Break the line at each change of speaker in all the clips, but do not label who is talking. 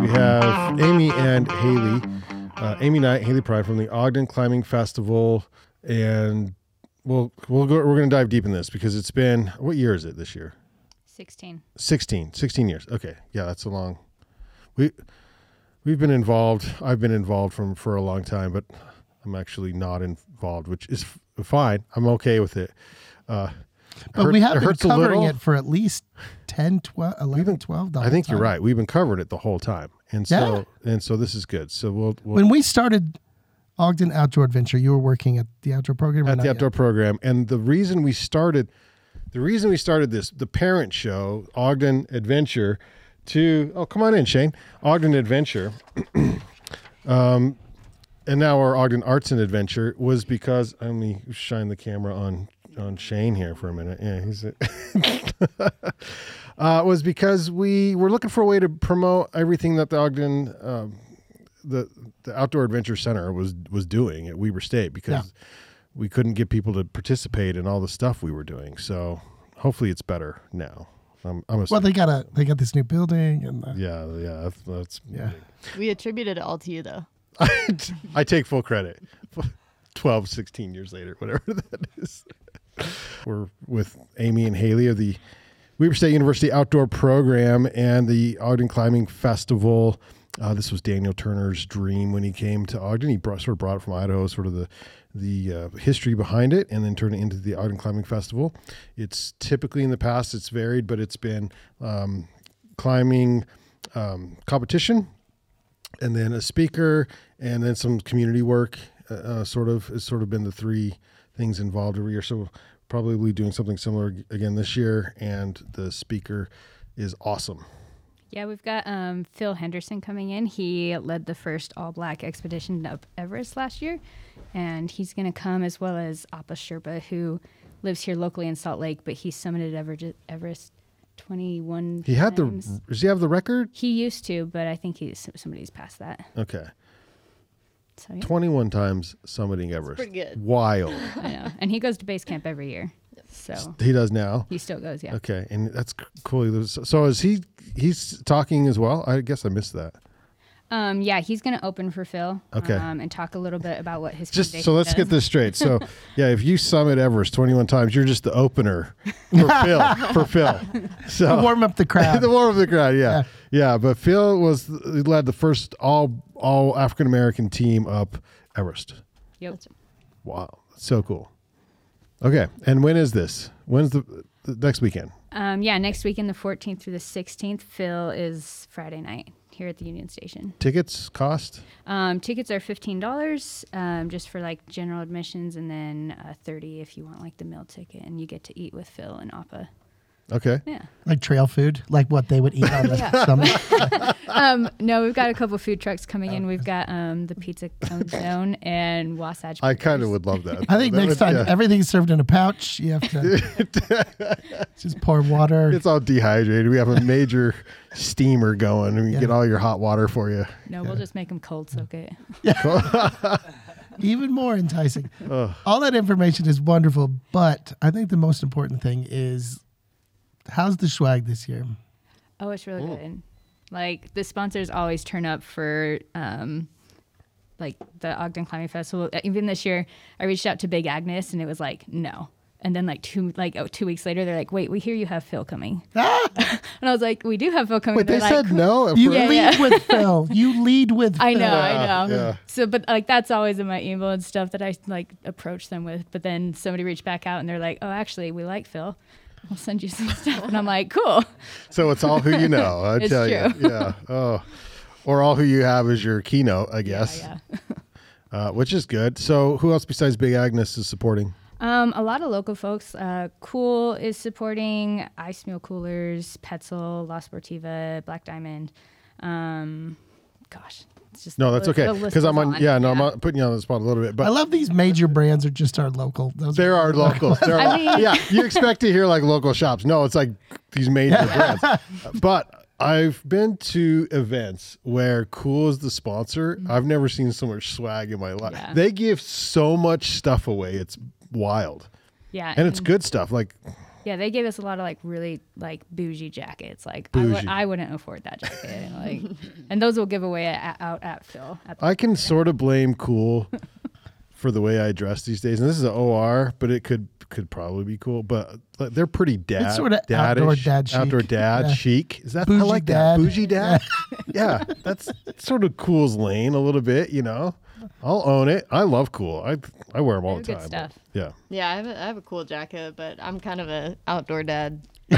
we have Amy and Haley, uh, Amy Knight, Haley Pride from the Ogden Climbing Festival, and we'll we'll go. We're going to dive deep in this because it's been what year is it this year?
16.
16 16 years okay yeah that's a long we we've been involved i've been involved from for a long time but i'm actually not involved which is f- fine i'm okay with it uh
But
hurt-
we have been
hurts a
covering
little.
it for at least 10, 12, 11, 12 the
i
whole
think you're
time.
right we've been covering it the whole time and so and so this is good so we'll, we'll
When we started Ogden Outdoor Adventure, you were working at the outdoor program. or
at
not
the
yet?
outdoor program and the reason we started the reason we started this the parent show ogden adventure to oh come on in shane ogden adventure um, and now our ogden arts and adventure was because let me shine the camera on on shane here for a minute yeah he's a, uh, was because we were looking for a way to promote everything that the ogden um, the the outdoor adventure center was was doing at weber state because we couldn't get people to participate in all the stuff we were doing. So hopefully it's better now. I'm, I'm
Well,
assuming.
they got a they got this new building and the,
yeah, yeah, that's, that's
yeah.
We attributed it all to you, though.
I take full credit. 12, 16 years later, whatever that is. We're with Amy and Haley of the Weber State University Outdoor Program and the Ogden Climbing Festival. Uh, this was Daniel Turner's dream when he came to Ogden. He brought, sort of brought it from Idaho, sort of the the uh, history behind it, and then turned it into the Ogden Climbing Festival. It's typically in the past it's varied, but it's been um, climbing um, competition, and then a speaker, and then some community work. Uh, uh, sort of has sort of been the three things involved every year. So probably doing something similar again this year, and the speaker is awesome.
Yeah, we've got um, Phil Henderson coming in. He led the first all black expedition up Everest last year, and he's going to come as well as Appa Sherpa, who lives here locally in Salt Lake, but he summited Ever- Everest 21
He had
times.
the does he have the record?
He used to, but I think he's somebody's past that.
Okay,
So yeah,
twenty one times summiting Everest.
pretty good.
Wild.
I know. And he goes to base camp every year, so
he does now.
he still goes. Yeah.
Okay, and that's c- cool. He was- So is he? He's talking as well. I guess I missed that.
Um, yeah, he's going to open for Phil.
Okay.
Um, and talk a little bit about what his
Just so
foundation
let's
does.
get this straight. So yeah, if you summit Everest twenty one times, you're just the opener for Phil. For Phil. So
warm up the crowd.
the war of the crowd, yeah. yeah, But Phil was he led the first all all African American team up Everest.
Yep.
Wow, so cool. Okay, and when is this? When's the, the next weekend?
Um, yeah, next weekend, the 14th through the 16th, Phil is Friday night here at the Union Station.
Tickets cost?
Um, tickets are $15 um, just for like general admissions, and then uh, 30 if you want like the meal ticket, and you get to eat with Phil and Appa.
Okay.
Yeah.
like trail food, like what they would eat on the summit.
Um, no, we've got a couple food trucks coming in. We've got um, the Pizza Cone Zone and Wasatch.
I kind of
Burgers.
would love that.
I think
That
next
would-
time
yeah.
everything's served in a pouch. You have to just pour water.
it's all dehydrated. We have a major steamer going, and we get all your hot water for you.
No, we'll just make them cold soak it.
even more enticing. All that information is wonderful, but I think the most important thing is how's the swag this year?
Oh, it's really
Hmm.
good. Like the sponsors always turn up for um like the Ogden Climbing Festival. Uh, Even this year, I reached out to Big Agnes and it was like, no. And then like two like oh, two weeks later, they're like, wait, we hear you have Phil coming. and I was like, we do have Phil coming.
Ah! Wait, they
They're like,
said no. at
You
first?
Yeah,
lead
yeah.
with Phil. You lead with
I
Phil.
know, I know.
yeah.
So, but like that's always in my email and stuff that I like approach them with. But then somebody reached back out and they're like, oh, actually, we like Phil. We'll send you some stuff. And I'm like, cool.
So it's all who you know. I
It's
tell you, yeah. Oh, or all who you have is your keynote, I guess.
yeah.
Uh, which is good. So who else besides Big Agnes is supporting?
Um, a lot of local folks. Uh, cool is supporting Ice Meal Coolers, Petzl, La Sportiva, Black Diamond. Um, gosh, it's just
No, that's
the-
okay.
the list
Because I'm
goes
on. Yeah, no, I'm on- putting you on the spot a little bit,
I
but.
love these major brands are just our local. Those
There are locals. There are,
I mean-
yeah, you expect to hear like local shops. No, it's like these major brands. But I've been to events where Cool is the sponsor. I've never seen so much swag in my life.
Mm-hmm. Yeah.
They give so much stuff away. It's wild.
Yeah,
Mm.
And it's good stuff. Like
Yeah, they gave us a lot of like really like bougie jackets. Like I I, w-
Bougie.
I wouldn't afford that jacket. Like, and those will give away at, out at Phil. At the,
I can sort of blame cool for the way I dress these days, and this is an OR, but it could could probably be cool. But like, they're pretty dad,
It's sorta outdoor
daddish-
dad chic.
outdoor dad
Yeah.
chic. Is that I
Bougie
like
dad.
that bougie dad? yeah, that's sort of cool's lane a little bit. You know, I'll own it. I love cool. I I wear them all the
They're
time.
good stuff.
Yeah,
Yeah, I have, a, I have a cool jacket, but I'm kind of a outdoor dad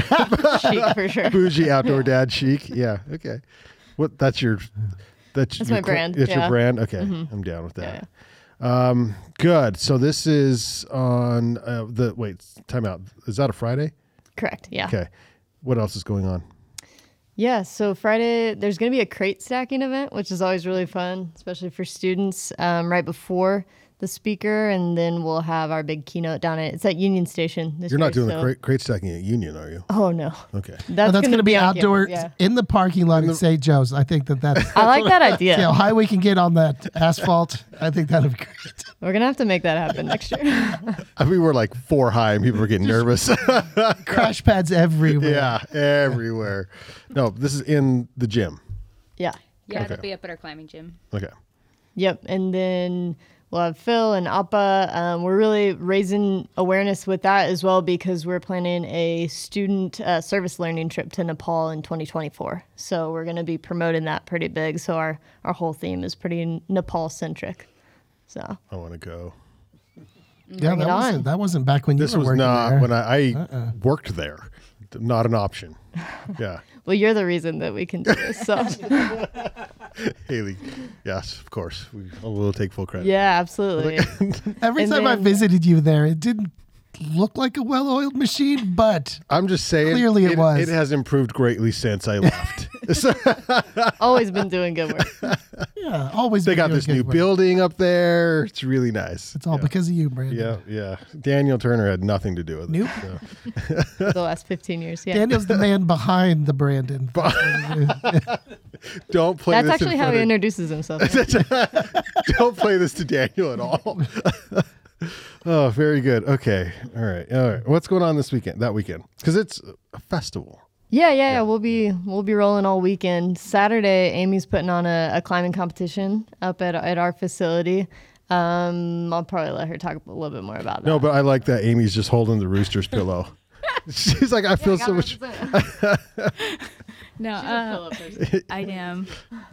chic for sure.
bougie outdoor dad chic. Yeah, okay. What that's your that's,
That's
your
my brand,
It's your
yeah. Mm-hmm.
brand. Okay, I'm down with that. Um,
Yeah.
Good. So this is on uh, the wait. Time out. Is that a Friday?
Correct. Yeah.
Okay. What else is going on?
Yeah. So Friday, there's going to be a crate stacking event, which is always really fun, especially for students. Um, right before the speaker, and then we'll have our big keynote down at it's at Union Station. This
You're not
year,
doing a
so-
crate, crate stacking at Union, are you?
Oh no.
Okay.
But that's
gonna
going to be,
on campus,
outdoors
yeah.
in the parking lot at St. Joe's. I think that that's
I like that idea.
you know, highway can get on that asphalt. I think that'd be great.
We're gonna have to make that happen next year.
I mean, we're like four high and people are getting nervous.
Crash pads everywhere.
yeah, everywhere. No, this is in the gym.
yeah.
yeah,
Okay.
they'll be up at our climbing gym.
Okay.
Yep. And then we'll have Phil and Appa. Um, we're really raising awareness with that as well because we're planning a student uh, service learning trip to Nepal in 2024. So we're going to be promoting that pretty big. So our, our whole theme is pretty Nepal centric. So
I want to go.
yeah. That
it
wasn't,
on.
that wasn't back when
This
you were
was
working
not
there. Uh-uh.
when I, I worked there. Not an option. Yeah.
well, you're the reason that we can do this. So
Haley. Yes, of course. We will take full credit.
yeah, absolutely.
Every
and
time I
then-
visited you there, it didn't look like a well-oiled machine, but
I'm just saying.
Clearly it was.
It has improved greatly since I left. So-
Always been doing good work.
yeah, always
They
been
got
doing
this
good
new
work.
building up there. It's really nice.
It's all
yeah.
because of you, Brandon.
Yeah, yeah. Daniel Turner had nothing to do with
Nope.
it. so.
for The last 15 years. Yeah.
Daniel's the man behind the Brandon.
Don't play
That's
this. in
actually how he
front
introduces himself.
of- Don't play this to Daniel at all. oh, very good. Okay. All right. All right. What's going on this weekend? That weekend? Because it's a festival.
Yeah, yeah, yeah. We'll be we'll be rolling all weekend. Saturday, Amy's putting on a, a climbing competition up at at our facility. Um, I'll probably let her talk a little bit more about that.
No, but I like that Amy's just holding the rooster's pillow. She's like, I feel so much.
No, uh, I am.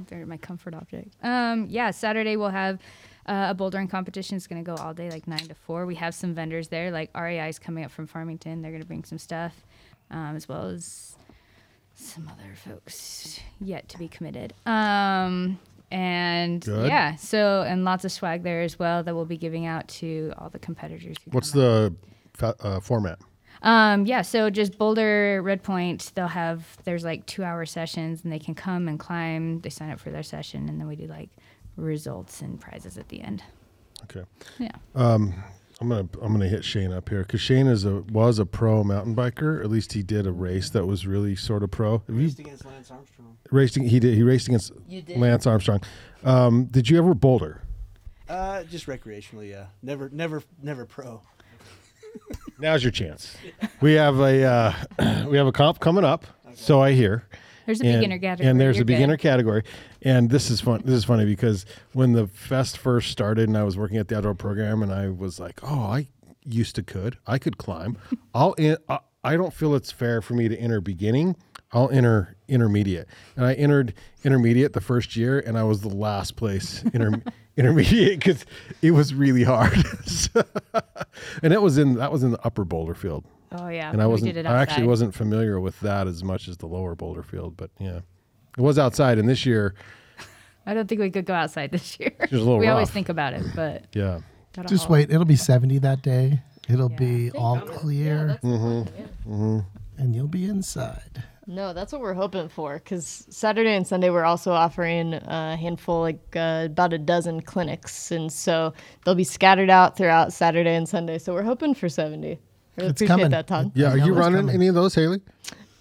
They're my comfort object. Um, yeah, Saturday we'll have uh, a bouldering competition. It's going to go all day, like 9 to 4. We have some vendors there, like REI is coming up from Farmington. They're going to bring some stuff, um, as well as some other folks yet to be committed. Um, and
Good.
yeah, so, and lots of swag there as well that we'll be giving out to all the competitors. Who
What's
come out.
the fa- uh, format?
Um, yeah, so just Boulder Red Point, they'll have there's like two hour sessions and they can come and climb. They sign up for their session and then we do like results and prizes at the end.
Okay.
Yeah.
I'm gonna I'm gonna hit Shane up here because Shane is a was a pro mountain biker. At least he did a race that was really sort of pro. Have you
Raced against Lance Armstrong.
raced? He did. He raced against
You did.
Lance Armstrong. Um, did you ever boulder?
Uh, just recreationally, yeah. Never, never, never pro.
Now's your chance. We have a uh, we have a comp coming up, so I hear.
There's a
and,
beginner category.
and there's
You're
a beginner category, and this is fun. This is funny because when the fest first started, and I was working at the outdoor program, and I was like, "Oh, I used to could. I could climb. I'll. In, I, I don't feel it's fair for me to enter beginning. I'll enter intermediate." And I entered intermediate the first year, and I was the last place inter, intermediate because it was really hard. So- and it was in that was in the upper Boulder field
Oh yeah.
and I
we
wasn't.
did it
I actually
outside.
wasn't familiar with that as much as the lower Boulder field, but yeah, it was outside. And this year,
I don't think we could go outside this year.
was a little
we always
rough.
think about it, but
yeah,
that'll
Just
help.
wait, it'll be 70 that day. It'll
Yeah.
be all clear Mm-hmm. and you'll be inside.
No, that's what we're hoping for. Because Saturday and Sunday, we're also offering a handful, like uh, about a dozen clinics, and so they'll be scattered out throughout Saturday and Sunday. So we're hoping for seventy. Really
It's
appreciate
coming.
that, Todd.
yeah. Are
know
you
it's
running
coming.
any of those, Haley?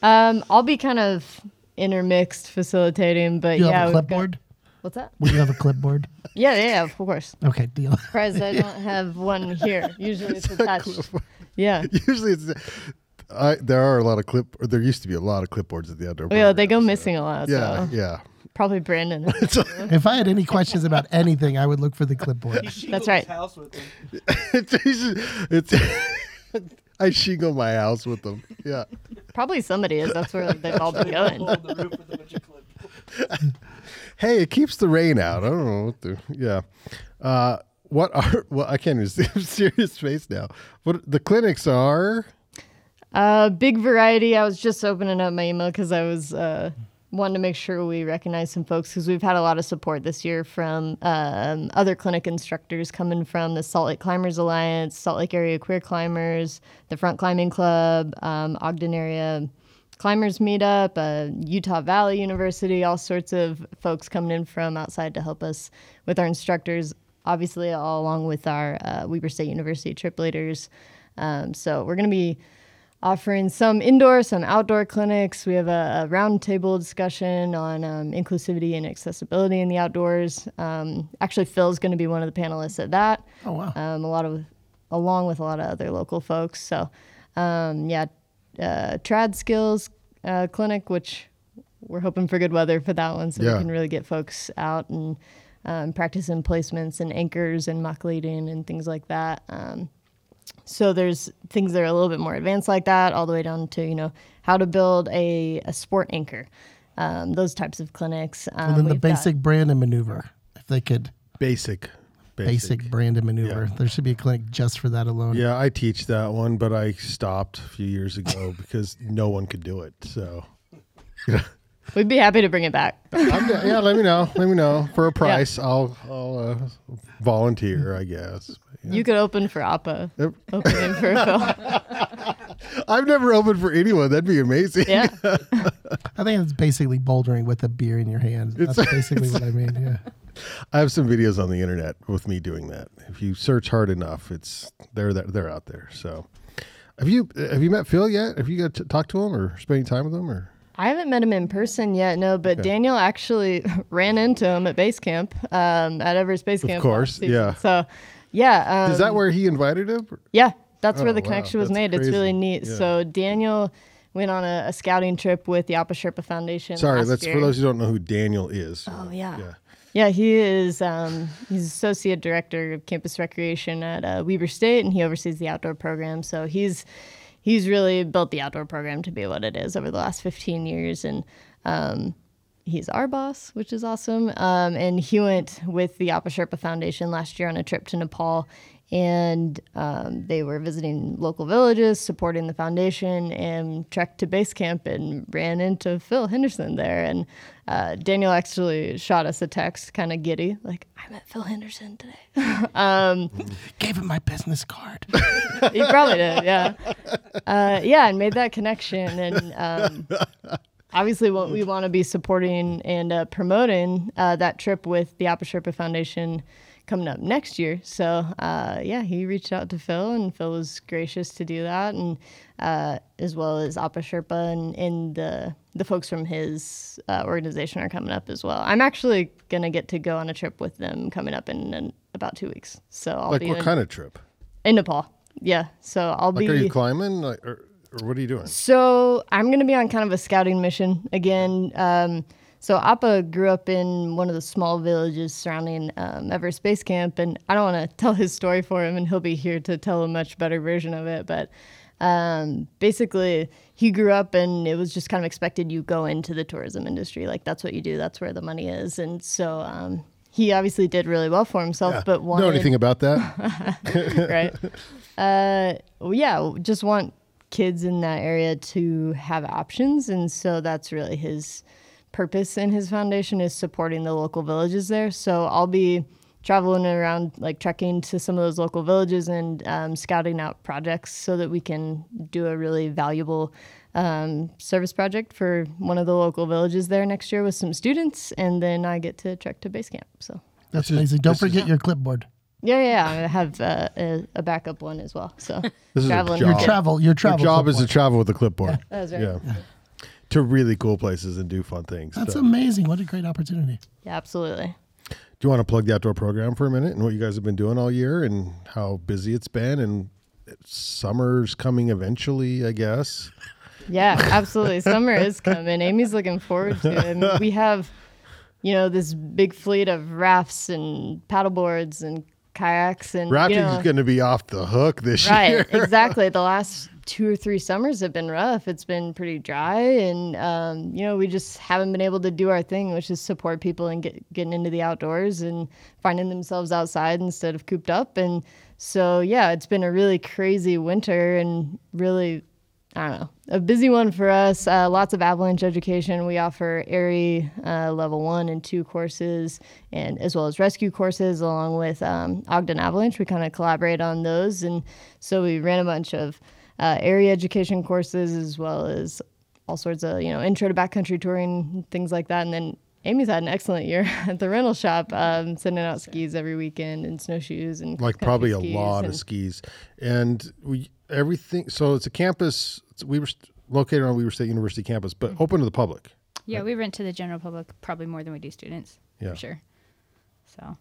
Um, I'll be kind of intermixed facilitating, but
Do you
yeah,
have a
we've got-
clipboard?
What's that?
Will you have a clipboard?
Yeah, yeah, yeah, of course.
Okay, deal.
Surprised I don't have one here. Usually it's attached. Yeah.
Usually, it's. I, there are a lot of clip. Or there used to be a lot of clipboards at the outdoor.
Oh, Yeah, they go
programs, so-
missing a lot.
Yeah,
so.
yeah.
Probably Brandon.
If I had any questions about anything, I would look for the clipboard.
That's right.
House with him.
it's, it's, I shingle my house with them. Yeah.
Probably somebody is. That's where they've all been going.
Hold the roof with a bunch of clipboards.
Hey, it keeps the rain out. I don't know what the yeah. Uh, what are well? I can't even see I'm serious face now. What the clinics are?
Uh, big variety. I was just opening up my email because I was uh, wanting to make sure we recognize some folks because we've had a lot of support this year from um, other clinic instructors coming from the Salt Lake Climbers Alliance, Salt Lake Area Queer Climbers, the Front Climbing Club, um, Ogden Area Climbers Meetup, uh, Utah Valley University, all sorts of folks coming in from outside to help us with our instructors. Obviously, all along with our uh, Weber State University trip leaders. Um, so we're going to be offering some indoor, some outdoor clinics. We have a, a roundtable discussion on um, inclusivity and accessibility in the outdoors. Um, actually, Phil's going to be one of the panelists at that.
Oh, wow.
Um, a lot of, along with a lot of other local folks. So, um, yeah, uh, Trad Skills uh, Clinic, which we're hoping for good weather for that one, so
Yeah.
we can really get folks out and. Um, practicing placements and anchors and mock leading and things like that. Um, so there's things that are a little bit more advanced like that, all the way down to you know how to build a, a sport anchor, um, those types of clinics. Um,
And then the
we've got-
basic Brandon maneuver. If they could
Basic.
basic, Brandon maneuver, there should be a clinic just for that alone.
Yeah, I teach that one, but I stopped a few years ago because no one could do it. So
We'd be happy to bring it back.
I'm d- yeah, let me know. Let me know for a price. I'll I'll uh, volunteer, I guess.
You could open for Oppo.
Yep.
Open it for Phil.
I've never opened for anyone. That'd be amazing.
Yeah.
I think it's basically bouldering with a beer in your hand. That's basically what I mean. Yeah.
I have some videos on the internet with me doing that. If you search hard enough, it's they're that they're out there. So, have you have you met Phil yet? Have you got to talk to him or spend any time with him or?
I haven't met him in person yet, no, but Daniel actually ran into him at base camp, um, at Everest Base Camp. last
course,
season.
yeah.
So, yeah. Um,
Is that where he invited him?
Yeah, that's
Oh,
where the
wow,
connection was
that's
made. It's
crazy.
really neat.
Yeah.
So Daniel went on a, a scouting trip with the Apa Sherpa Foundation.
Sorry,
last
that's for
year.
those who don't know who Daniel is.
Oh yeah.
Yeah.
yeah. he is. Um, he's associate director of campus recreation at uh, Weber State, and he oversees the outdoor program. So he's he's really built the outdoor program to be what it is over the last 15 years, and um, he's our boss, which is awesome. Um, and he went with the Apa Sherpa Foundation last year on a trip to Nepal, and um, they were visiting local villages, supporting the foundation, and trekked to base camp and ran into Phil Henderson there. And uh, Daniel actually shot us a text, kind of giddy, like, I met Phil Henderson today.
Gave him my business card.
he probably did, yeah. Uh, yeah, and made that connection. And um, obviously, what we want to be supporting and uh, promoting uh, that trip with the Apa Sherpa Foundation coming up next year. So, uh, yeah, he reached out to Phil, and Phil was gracious to do that, and uh, as well as Apa Sherpa and, and the the folks from his uh, organization are coming up as well. I'm actually gonna get to go on a trip with them coming up in, in about two weeks. So I'll
Like
be
what
in-
kind of trip?
in Nepal. Yeah. So I'll
Like,
be.
are you climbing? Like, or, or what are you doing?
so I'm going to be on kind of a scouting mission again. Um, so Appa grew up in one of the small villages surrounding um, Everest Base Camp, and I don't want to tell his story for him, and he'll be here to tell a much better version of it. But um, basically, he grew up, and it was just kind of expected you go into the tourism industry, like that's what you do, that's where the money is, and so um, he obviously did really well for himself. But wanted,
Uh, know anything about that?
right? Uh, well, yeah, just want kids in that area to have options, and so that's really his purpose in his foundation is supporting the local villages there. So I'll be traveling around, like trekking to some of those local villages and um, scouting out projects so that we can do a really valuable um, service project for one of the local villages there next year with some students, and then I get to trek to base camp. So.
That's amazing. Don't forget your clipboard.
Yeah, yeah, yeah. I have uh, a, a backup one as well. So
This is a
traveling.
job.
kit.
Travel. Your
Your
travel.
job is
clipboard.
to travel with a clipboard.
That's right.
Yeah.
Yeah.
To really cool places and do fun things.
That's
so.
amazing. What a great opportunity.
absolutely.
Do you want to plug the outdoor program for a minute and what you guys have been doing all year and how busy it's been and summer's coming eventually, I guess.
Yeah, absolutely. Summer is coming. Amy's looking forward to it. I mean, we have, you know, this big fleet of rafts and paddleboards and kayaks and you
Rafting
know-
is going to be off the hook this year.
right exactly the last two or three summers have been rough it's been pretty dry and um, you know we just haven't been able to do our thing which is support people and get, getting into the outdoors and finding themselves outside instead of cooped up and so yeah it's been a really crazy winter and really I don't know. A busy one for us. Uh, lots of avalanche education. We offer ARI uh, level one and two courses, and as well as rescue courses, along with um, Ogden Avalanche. We kind of collaborate on those, and so we ran a bunch of uh, ARI education courses, as well as all sorts of you know intro to backcountry touring things like that. And then Amy's had an excellent year at the rental shop, um, sending out skis every weekend and snowshoes and
like probably
country
a
skis
lot
and-
of skis and we everything so it's a campus it's, we were st- located on weaver state university campus but
Mm-hmm.
open to the public
Yeah, we rent to the general public probably more than we do students.
Yeah.
For sure. So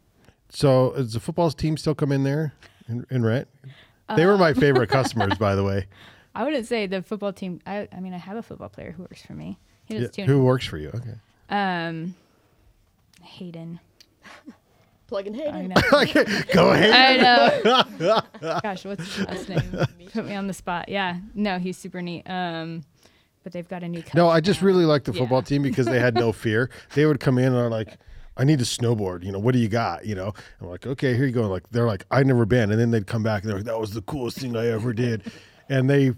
so is the football team still come in there and, and rent they
Uh,
were my favorite customers by the way
I wouldn't say the football team. I, I mean, I have a football player who works for me. He does
Yeah,
too.
who works for you okay
Um, Hayden.
plug and
I
Hayden.
know.
go ahead
I know. Gosh, what's his last name? Put me on the spot. Yeah. No, he's super neat. Um, but they've got a new coach.
no i just
now.
really liked the
Yeah.
football team because they had no fear they would come in and are like I need to snowboard. You know, what do you got? You know, I'm like, okay, here you go. Like, they're like, I've never been. And then they'd come back and they're like, that was the coolest thing I ever did. And they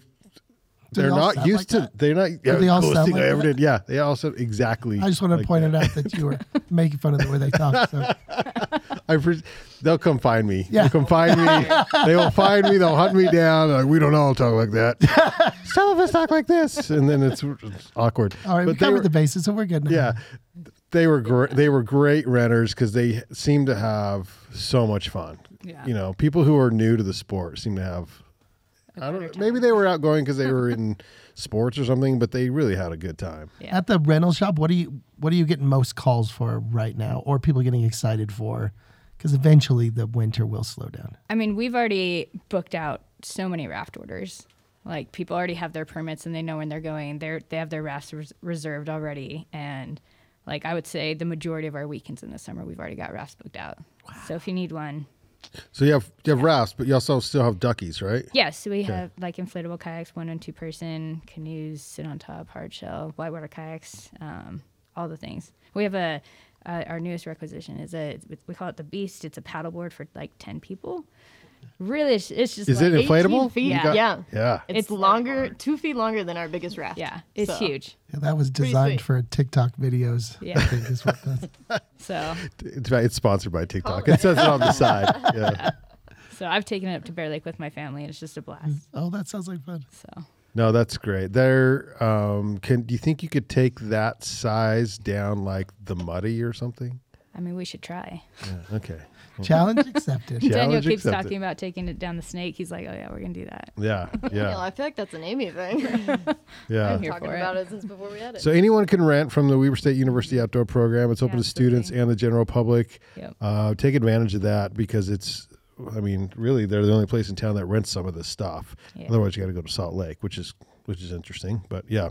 they're
all
not
sound
used to.
like that?
They're not. Yeah,
they all
coolest
sound
thing
like
I ever
that?
did. Yeah, they all said exactly.
I just want to
like
point
that.
it out that you were making fun of the way they talk. So
I pres- they'll come find me.
Yeah.
They'll come find me. they will find me. They'll hunt me down. Like, we don't all talk like that. Some of us talk like this, and then it's, it's awkward.
all right, we
But they
covered
were-
the bases, so we're good now.
yeah, they were great. They were great renters because they seem to have so much fun.
Yeah.
You know, people who are new to the sport seem to have. I don't. know. Maybe they were outgoing because they were in sports or something, but they really had a good time.
Yeah.
At the rental shop, what are you what are you getting most calls for right now, or people getting excited for? Because eventually the winter will slow down.
I mean, we've already booked out so many raft orders. Like people already have their permits and they know when they're going. They're they have their rafts res- reserved already, and like I would say, the majority of our weekends in the summer, we've already got rafts booked out. So if you need one,
So you have you have rafts, but you also still have duckies, right?
Yes, we have like inflatable kayaks, one and two person, canoes, sit on top, hard shell, whitewater kayaks, um, all the things. We have a uh, our newest requisition is a we call it the Beast. It's a paddleboard for like ten people. Really, it's, it's just
Is
like,
it inflatable?
18 feet,
You
yeah.
yeah.
Yeah.
It's,
It's
longer, two feet longer than our biggest raft.
Yeah, it's
So,
huge.
Yeah, that was
Pretty
designed
sweet.
for TikTok videos.
Yeah.
I think is what that's-
So
It's, it's sponsored by
Oh.
TikTok. It says it on the side. Yeah.
so I've taken it up to Bear Lake with my family, and it's just a
Mm-hmm.
blast.
oh, that sounds like fun.
So
No, that's great. There, um, can do you think you could take that size down like the muddy or something?
I mean, we should try.
Yeah. Okay.
Challenge accepted.
Yeah.
Daniel
Challenge
keeps
accepted.
talking about taking it down the snake. He's like, oh yeah, we're gonna do that.
Yeah.
Well,
Yeah.
I feel like that's an Amy thing.
Yeah.
here
Talking
for it.
about it since before we had it.
So anyone can rent from the Weber State University Outdoor Program. It's open
Yeah,
to students
absolutely.
and the general public.
Yep.
Uh, take advantage of that because it's, I mean, really, they're the only place in town that rents some of this stuff.
Yeah.
Otherwise, you got to go to Salt Lake, which is which is interesting. But yeah,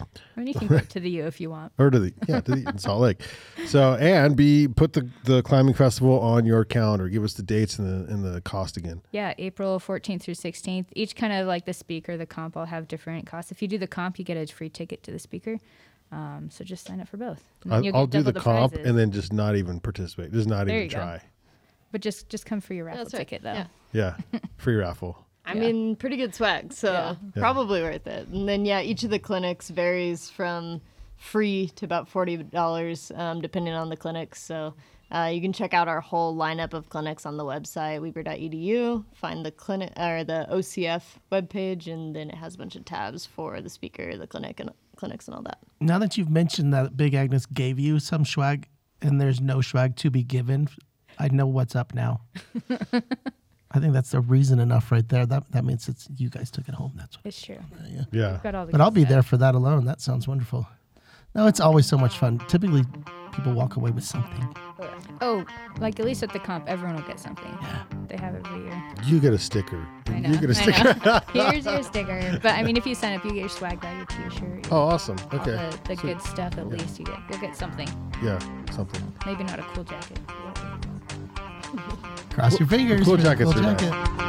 I mean, you can go to the U if you want.
or to the yeah to the in Salt Lake. So and be put the the climbing festival on your calendar. Give us the dates and the and the cost again.
Yeah, April 14th through 16th. Each kind of like the speaker, the comp, all have different costs. If you do the comp, you get a free ticket to the speaker. Um, so just sign up for both. And then
I,
you'll
I'll do
get double
the, comp
prizes.
and then just not even participate. Just not
There
even
you go.
try.
but just just come for your raffle
That's right,
ticket though.
yeah.
Yeah, free raffle.
I'm
Yeah.
in pretty good swag, so probably worth it. And then yeah, each of the clinics varies from free to about forty dollars, um, depending on the clinic. So uh, you can check out our whole lineup of clinics on the website weber.edu. Find the clinic or the OCF webpage, and then it has a bunch of tabs for the speaker, the clinic, and clinics and all that.
Now that you've mentioned that Big Agnes gave you some swag, and there's no swag to be given, I know what's up now. I think that's the reason enough right there. That that means it's you guys took it home. That's what.
It's true.
Yeah.
Got all the
But I'll
good
be
stuff.
there for that alone. That sounds wonderful. No, it's always so much fun. Typically, people walk away with something.
Oh, like at least at the comp, everyone will get something. They have every year.
You get a sticker.
I know.
You get a
I
sticker.
know. Here's your sticker. But I mean, if you sign up, you get your swag bag, your T-shirt.
Oh, awesome.
all
Okay.
The, the good stuff, at least you get. You'll get something.
Yeah, something.
Maybe not a cool jacket.
Cross your fingers.
Cool
for the
jackets are nice.
jacket.